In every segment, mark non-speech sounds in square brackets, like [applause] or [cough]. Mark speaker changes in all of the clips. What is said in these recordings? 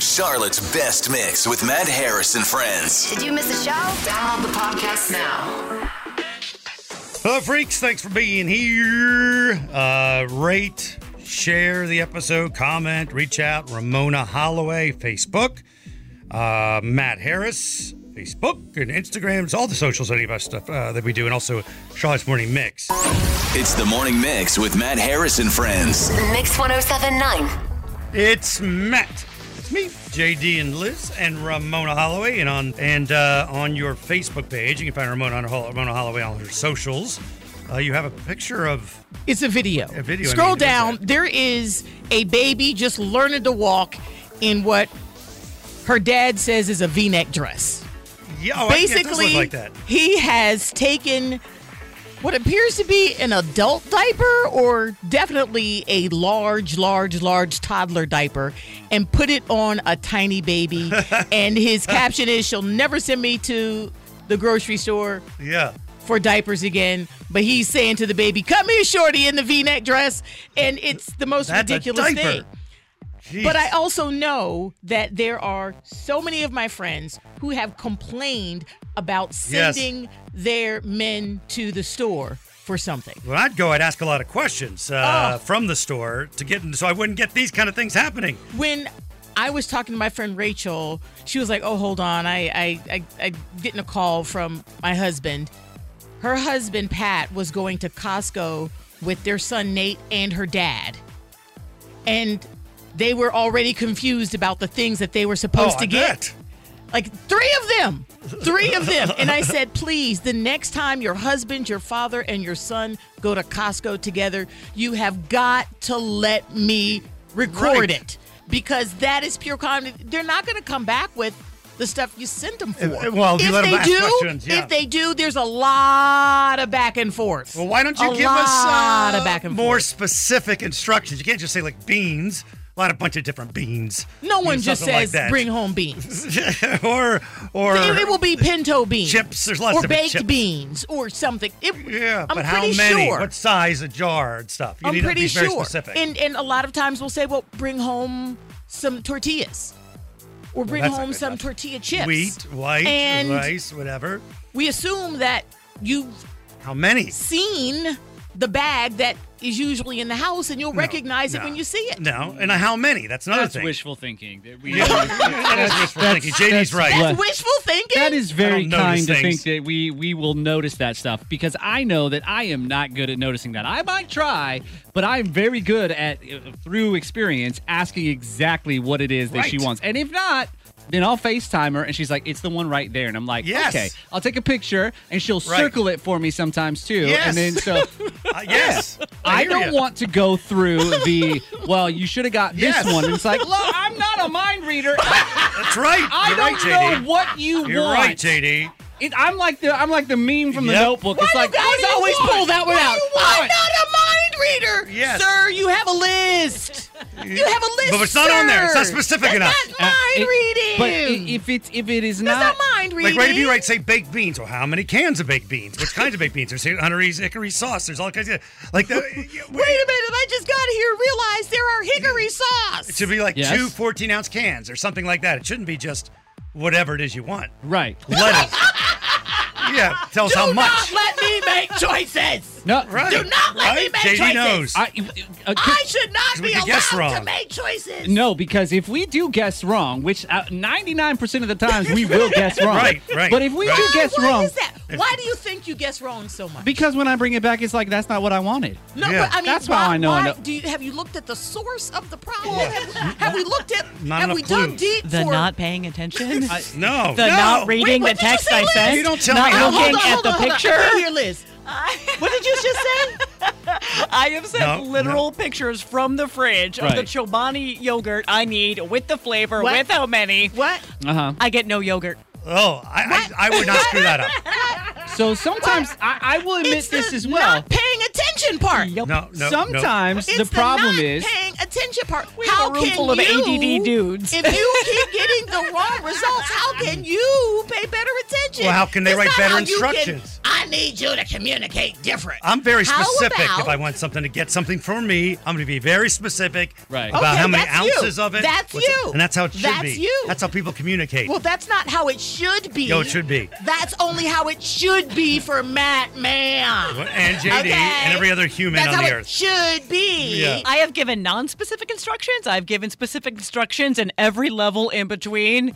Speaker 1: Charlotte's best mix with Matt Harris and friends.
Speaker 2: Did you miss a show? Download the podcast now.
Speaker 3: Hello, freaks. Thanks for being here. Uh, rate, share the episode, comment, reach out. Ramona Holloway, Facebook. Uh, Matt Harris, Facebook and Instagrams, all the socials, any of our stuff uh, that we do, and also Charlotte's Morning Mix.
Speaker 1: It's the morning mix with Matt Harris and friends.
Speaker 2: Mix 1079.
Speaker 3: It's Matt. It's me, JD and Liz and Ramona Holloway. And on and uh, on your Facebook page, you can find Ramona, on, Ramona Holloway on her socials. Uh, you have a picture of
Speaker 4: It's a video.
Speaker 3: A video, I
Speaker 4: Scroll
Speaker 3: mean,
Speaker 4: down.
Speaker 3: exactly.
Speaker 4: There is a baby just learning to walk in what her dad says is a V-neck dress.
Speaker 3: yeah, oh, I- yeah, it does
Speaker 4: Basically,
Speaker 3: look like that.
Speaker 4: he has taken what appears to be an adult diaper or definitely a large, large, large toddler diaper and put it on a
Speaker 3: [laughs]
Speaker 4: tiny baby. and his caption is, "She'll never send me to the grocery store."
Speaker 3: Yeah.
Speaker 4: for diapers again, but he's saying to the baby, "Come here, shorty, in the V-neck dress," and it's the most
Speaker 3: That's a
Speaker 4: ridiculous
Speaker 3: diaper.
Speaker 4: thing.
Speaker 3: Jeez.
Speaker 4: But I also know that there are so many of my friends who have complained about
Speaker 3: Yes.
Speaker 4: sending their men to the store for something.
Speaker 3: When I'd go, I'd ask a lot of questions
Speaker 4: Oh.
Speaker 3: uh, from the store to get, in, so I wouldn't get these kind of things happening.
Speaker 4: When I was talking to my friend Rachel, she was like, "Oh, hold on, I I I, I getting a call from my husband." Her husband Pat was going to Costco with their son Nate and her dad. and they were already confused about the things that they were supposed
Speaker 3: Oh, I
Speaker 4: to get.
Speaker 3: bet.
Speaker 4: Like three of them, three of them. And I said, please, the next time your husband, your father, and your son go to Costco together, you have got to let me record
Speaker 3: Right.
Speaker 4: it because that is pure comedy. They're not going to come back with the stuff you sent them for.
Speaker 3: If- Uh, well, if you
Speaker 4: if
Speaker 3: let
Speaker 4: they
Speaker 3: 'em ask
Speaker 4: do,
Speaker 3: questions, yeah.
Speaker 4: if they do, there's a lot of back and forth.
Speaker 3: Well, why don't you
Speaker 4: a
Speaker 3: give us
Speaker 4: lot
Speaker 3: uh,
Speaker 4: of back and
Speaker 3: more
Speaker 4: forth.
Speaker 3: specific instructions? You can't just say like beans. A lot of bunch of different beans.
Speaker 4: No
Speaker 3: You
Speaker 4: one
Speaker 3: know,
Speaker 4: just
Speaker 3: something like
Speaker 4: says
Speaker 3: that. [laughs]
Speaker 4: bring home beans.
Speaker 3: or or
Speaker 4: it, it will be pinto beans,
Speaker 3: Chips, there's lots
Speaker 4: or
Speaker 3: of
Speaker 4: baked
Speaker 3: chips.
Speaker 4: beans, or something. It,
Speaker 3: yeah.
Speaker 4: I'm
Speaker 3: but how
Speaker 4: pretty
Speaker 3: many?
Speaker 4: sure.
Speaker 3: What size? A jar and stuff. You
Speaker 4: I'm
Speaker 3: need to
Speaker 4: pretty
Speaker 3: be very
Speaker 4: sure.
Speaker 3: specific.
Speaker 4: And and a lot of times we'll say, well, bring home some tortillas, or bring
Speaker 3: that's not
Speaker 4: home
Speaker 3: good
Speaker 4: some
Speaker 3: enough.
Speaker 4: tortilla chips.
Speaker 3: Wheat, white,
Speaker 4: and
Speaker 3: rice, whatever.
Speaker 4: we assume that you've
Speaker 3: How many?
Speaker 4: seen the bag that is usually in the house, and you'll recognize it
Speaker 3: no,
Speaker 4: when you see it.
Speaker 3: No, and how many? That's another
Speaker 5: That's
Speaker 3: thing.
Speaker 5: wishful thinking. That we,
Speaker 3: that is wishful thinking. JD's right.
Speaker 4: That's wishful thinking.
Speaker 5: that is very
Speaker 3: I don't notice
Speaker 5: kind to
Speaker 3: things.
Speaker 5: think that we we will notice that stuff because I know that I am not good at noticing that. I might try, but I'm very good at uh, through experience asking exactly what it is that she
Speaker 3: Right.
Speaker 5: wants, and if not. Then I'll FaceTime her and she's like, it's the one right there. And I'm like,
Speaker 3: Yes.
Speaker 5: okay, I'll take a picture and she'll
Speaker 3: Right.
Speaker 5: circle it for me sometimes too.
Speaker 3: Yes.
Speaker 5: And then
Speaker 3: [laughs]
Speaker 5: so
Speaker 3: Uh, yes.
Speaker 5: I
Speaker 3: hear
Speaker 5: don't
Speaker 3: ya.
Speaker 5: want to go through the, well, you should have got
Speaker 3: Yes.
Speaker 5: this one. And it's like, look, I'm not a mind reader.
Speaker 3: That's right.
Speaker 5: I
Speaker 3: You're
Speaker 5: don't
Speaker 3: right, JD.
Speaker 5: know what you
Speaker 3: You're
Speaker 5: want.
Speaker 3: right, JD.
Speaker 5: It, I'm like the I'm like the meme from the
Speaker 3: Yep.
Speaker 5: Notebook. It's like
Speaker 4: guys
Speaker 5: what do you
Speaker 4: always
Speaker 5: want?
Speaker 4: pull that one
Speaker 5: What do
Speaker 4: out.
Speaker 5: you
Speaker 4: I'm
Speaker 5: want?
Speaker 4: not a mind reader,
Speaker 3: Yes.
Speaker 4: sir. You have a list. You have a list,
Speaker 3: But it's not on there. It's not
Speaker 4: sir.
Speaker 3: specific
Speaker 4: That's
Speaker 3: enough.
Speaker 4: Not mind
Speaker 5: Uh, it-
Speaker 4: reading.
Speaker 5: But i- if it's if it is
Speaker 4: that's
Speaker 5: not,
Speaker 4: not, mind reading.
Speaker 3: Like right if you write say baked beans, well, how many cans of baked beans? Which kinds of baked beans? There's Hunter's hickory sauce. There's all kinds of like
Speaker 5: [laughs]
Speaker 3: the,
Speaker 4: Wait a minute. I just got here. Realized there are hickory sauce.
Speaker 3: It should be like
Speaker 5: Yes.
Speaker 3: two 14 ounce cans or something like that. It shouldn't be just whatever it is you want.
Speaker 5: right.
Speaker 3: Lettuce. Yeah, tell us
Speaker 4: Do
Speaker 3: how
Speaker 4: not
Speaker 3: much.
Speaker 4: let me
Speaker 3: [laughs]
Speaker 4: make choices.
Speaker 5: No,
Speaker 3: [laughs] Right.
Speaker 4: Do not let me
Speaker 3: right?
Speaker 4: make
Speaker 3: JD
Speaker 4: choices.
Speaker 3: knows.
Speaker 5: I, uh,
Speaker 4: I should not
Speaker 3: we
Speaker 4: be
Speaker 3: could guess
Speaker 4: allowed to
Speaker 3: wrong.
Speaker 4: make choices.
Speaker 5: No, because if we do guess wrong, which uh, 99% of the times
Speaker 4: [laughs]
Speaker 5: we will guess wrong.
Speaker 3: Right, right,
Speaker 5: But if we
Speaker 3: right.
Speaker 5: do guess
Speaker 4: Why
Speaker 5: wrong,
Speaker 4: is that? Why do you think you guess wrong so much?
Speaker 5: because when I bring it back, it's like, that's not what I wanted.
Speaker 4: no,
Speaker 3: Yeah.
Speaker 4: but I mean,
Speaker 5: That's
Speaker 4: why,
Speaker 5: how I know I
Speaker 4: Why,
Speaker 5: know-
Speaker 4: Do you have you looked at the source of the problem? Have, have we looked at?
Speaker 3: Not
Speaker 4: have
Speaker 3: enough
Speaker 4: we dug
Speaker 3: clues.
Speaker 4: deep
Speaker 6: The
Speaker 4: for?
Speaker 6: not paying attention.
Speaker 4: [laughs]
Speaker 3: No.
Speaker 6: the
Speaker 3: no.
Speaker 6: not reading
Speaker 4: Wait, what did
Speaker 6: the
Speaker 4: you
Speaker 6: text
Speaker 4: say,
Speaker 6: I
Speaker 4: Liz?
Speaker 6: sent.
Speaker 3: You don't tell
Speaker 6: not
Speaker 3: me.
Speaker 4: Oh, hold
Speaker 6: looking
Speaker 4: on, hold
Speaker 6: at
Speaker 4: on, hold on.
Speaker 6: the
Speaker 4: I can't
Speaker 6: picture.
Speaker 4: hear Liz.
Speaker 6: What did you just say?
Speaker 4: [laughs]
Speaker 6: I have
Speaker 3: No,
Speaker 6: sent literal pictures from the fridge of the
Speaker 5: Right.
Speaker 6: Chobani yogurt I need with the flavor,
Speaker 4: What?
Speaker 6: with how many.
Speaker 4: What?
Speaker 5: Uh huh.
Speaker 6: I get no yogurt.
Speaker 3: Oh, I, I, I would not screw
Speaker 4: [laughs]
Speaker 3: that up.
Speaker 5: So sometimes I, I will admit
Speaker 4: it's
Speaker 5: this
Speaker 4: the
Speaker 5: as well.
Speaker 4: Not paying attention part.
Speaker 6: Yup.
Speaker 3: No, no.
Speaker 5: sometimes
Speaker 4: It's
Speaker 5: the problem
Speaker 4: not
Speaker 5: is
Speaker 4: paying attention part.
Speaker 6: We have
Speaker 4: how
Speaker 6: a room
Speaker 4: can
Speaker 6: full of
Speaker 4: you,
Speaker 6: ADD dudes.
Speaker 4: If
Speaker 6: [laughs]
Speaker 4: you keep getting the wrong
Speaker 3: [laughs]
Speaker 4: results, how can you pay better attention?
Speaker 3: Well, how can they
Speaker 4: It's
Speaker 3: write
Speaker 4: not
Speaker 3: better
Speaker 4: how you can-
Speaker 3: instructions?
Speaker 4: I need you to communicate different.
Speaker 3: I'm very
Speaker 4: How
Speaker 3: specific. if
Speaker 4: about-
Speaker 3: I want something to get something from me, I'm going to be very specific
Speaker 5: Right.
Speaker 3: about
Speaker 4: Okay,
Speaker 3: how many
Speaker 4: that's you.
Speaker 3: ounces of it.
Speaker 4: That's
Speaker 3: what's-
Speaker 4: you.
Speaker 3: And that's how it should
Speaker 4: That's
Speaker 3: be.
Speaker 4: you.
Speaker 3: That's how people communicate.
Speaker 4: Well, that's not how it should be.
Speaker 3: No, it should be.
Speaker 4: That's only how it should be for Matt Man.
Speaker 3: [laughs] and JD
Speaker 4: Okay.
Speaker 3: and every other human
Speaker 4: That's
Speaker 3: on
Speaker 4: how
Speaker 3: the
Speaker 4: it
Speaker 3: earth.
Speaker 4: should be.
Speaker 3: Yeah.
Speaker 6: I have given non specific instructions. I've given specific instructions and every level in between,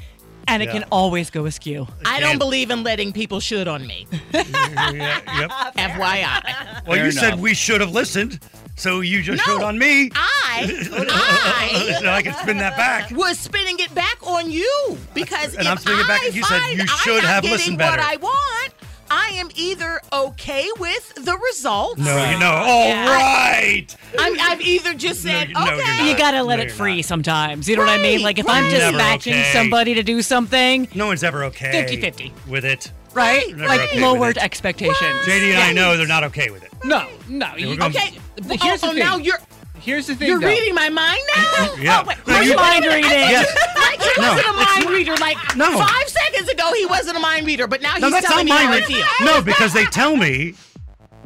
Speaker 6: and it
Speaker 3: Yeah.
Speaker 6: can always go askew.
Speaker 4: I don't
Speaker 3: And-
Speaker 4: believe in letting people should on
Speaker 6: [laughs]
Speaker 4: me. [laughs]
Speaker 3: Yeah, yep.
Speaker 4: FYI.
Speaker 3: Well,
Speaker 5: Fair
Speaker 3: you said
Speaker 5: enough.
Speaker 3: we should have listened, so you just showed on me.
Speaker 4: I,
Speaker 3: [laughs] so I can spin that back.
Speaker 4: I was spinning it back on you because
Speaker 3: And
Speaker 4: if
Speaker 3: I'm spinning it back
Speaker 4: I
Speaker 3: at you, said
Speaker 4: find
Speaker 3: you should
Speaker 4: I'm not
Speaker 3: have
Speaker 4: getting
Speaker 3: listened
Speaker 4: what
Speaker 3: better.
Speaker 4: I want, I am either okay with the results.
Speaker 3: No, you know. All
Speaker 4: Yeah.
Speaker 3: right.
Speaker 4: I'm, I've either just
Speaker 3: No,
Speaker 4: said
Speaker 3: you- no, you're
Speaker 4: okay.
Speaker 3: not.
Speaker 6: You gotta let
Speaker 3: No,
Speaker 6: it
Speaker 3: you're
Speaker 6: free
Speaker 3: not.
Speaker 6: sometimes. You know what I mean?
Speaker 4: Right,
Speaker 6: Like if I'm
Speaker 4: right.
Speaker 6: just
Speaker 3: Never
Speaker 6: matching
Speaker 3: okay.
Speaker 6: somebody to do something,
Speaker 3: No one's ever okay
Speaker 6: 50-50.
Speaker 3: with it.
Speaker 6: right?
Speaker 4: Right,
Speaker 3: Never
Speaker 6: like
Speaker 3: okay with
Speaker 6: lowered
Speaker 3: it.
Speaker 6: expectations.
Speaker 3: JD and I know they're not okay with it.
Speaker 5: no, no.
Speaker 3: we're
Speaker 5: you-
Speaker 3: gonna-
Speaker 4: Okay.
Speaker 5: But
Speaker 4: oh,
Speaker 5: here's the
Speaker 4: oh,
Speaker 5: thing.
Speaker 4: now you're
Speaker 5: Here's the thing.
Speaker 4: you're
Speaker 5: though.
Speaker 4: reading my mind now.
Speaker 3: Yeah.
Speaker 4: Oh, wait,
Speaker 3: No,
Speaker 4: wait,
Speaker 3: you-
Speaker 4: wait,
Speaker 6: Mind
Speaker 4: wait,
Speaker 6: reading.
Speaker 4: wait,
Speaker 3: Yes.
Speaker 4: [laughs] Like he
Speaker 3: No.
Speaker 4: wasn't a mind reader. Like
Speaker 3: No.
Speaker 4: five seconds ago, he wasn't a mind reader, but now he's
Speaker 3: No, that's not
Speaker 4: telling me
Speaker 3: mine.
Speaker 4: how I
Speaker 3: Right?
Speaker 4: feel.
Speaker 3: No, because they tell me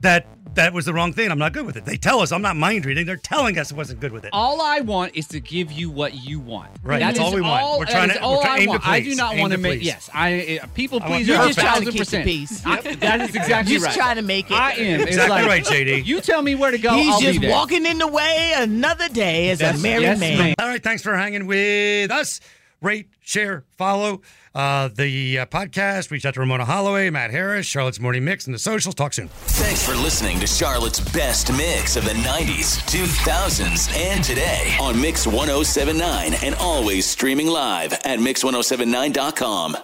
Speaker 3: that that was the wrong thing. I'm not good with it. They tell us I'm not mind reading. They're telling us it wasn't good with it.
Speaker 5: All I want is to give you what you want.
Speaker 3: Right,
Speaker 5: That
Speaker 3: that's
Speaker 5: is
Speaker 3: all we want. We're
Speaker 5: that
Speaker 3: trying
Speaker 5: is
Speaker 3: to-
Speaker 5: all
Speaker 3: we're try-
Speaker 5: I
Speaker 3: aim to
Speaker 5: want. I do
Speaker 3: please.
Speaker 5: not
Speaker 3: Aim
Speaker 5: want to
Speaker 3: to
Speaker 5: make.
Speaker 3: please.
Speaker 5: Yes, I uh, people
Speaker 3: I want
Speaker 5: please.
Speaker 3: You're
Speaker 4: just
Speaker 5: a
Speaker 4: trying
Speaker 5: thousand
Speaker 4: to keep the
Speaker 5: percent.
Speaker 4: peace.
Speaker 5: I- that is exactly
Speaker 4: Just
Speaker 5: right.
Speaker 4: trying to make it.
Speaker 5: I am It's
Speaker 3: Exactly
Speaker 5: like,
Speaker 3: right, JD.
Speaker 5: You tell me where to go.
Speaker 4: He's
Speaker 5: I'll
Speaker 4: just
Speaker 5: be there.
Speaker 4: walking in the way another day as
Speaker 5: That's-
Speaker 4: a married
Speaker 5: yes,
Speaker 4: man.
Speaker 5: ma'am.
Speaker 3: All right, thanks for hanging with us. Rate, share, follow uh, the uh, podcast. Reach out to Ramona Holloway, Matt Harris, Charlotte's Morning Mix, and the socials. Talk soon.
Speaker 1: Thanks for listening to Charlotte's best mix of the 90s, 2000s, and today oh on Mix 1079 and always streaming live at Mix1079.com.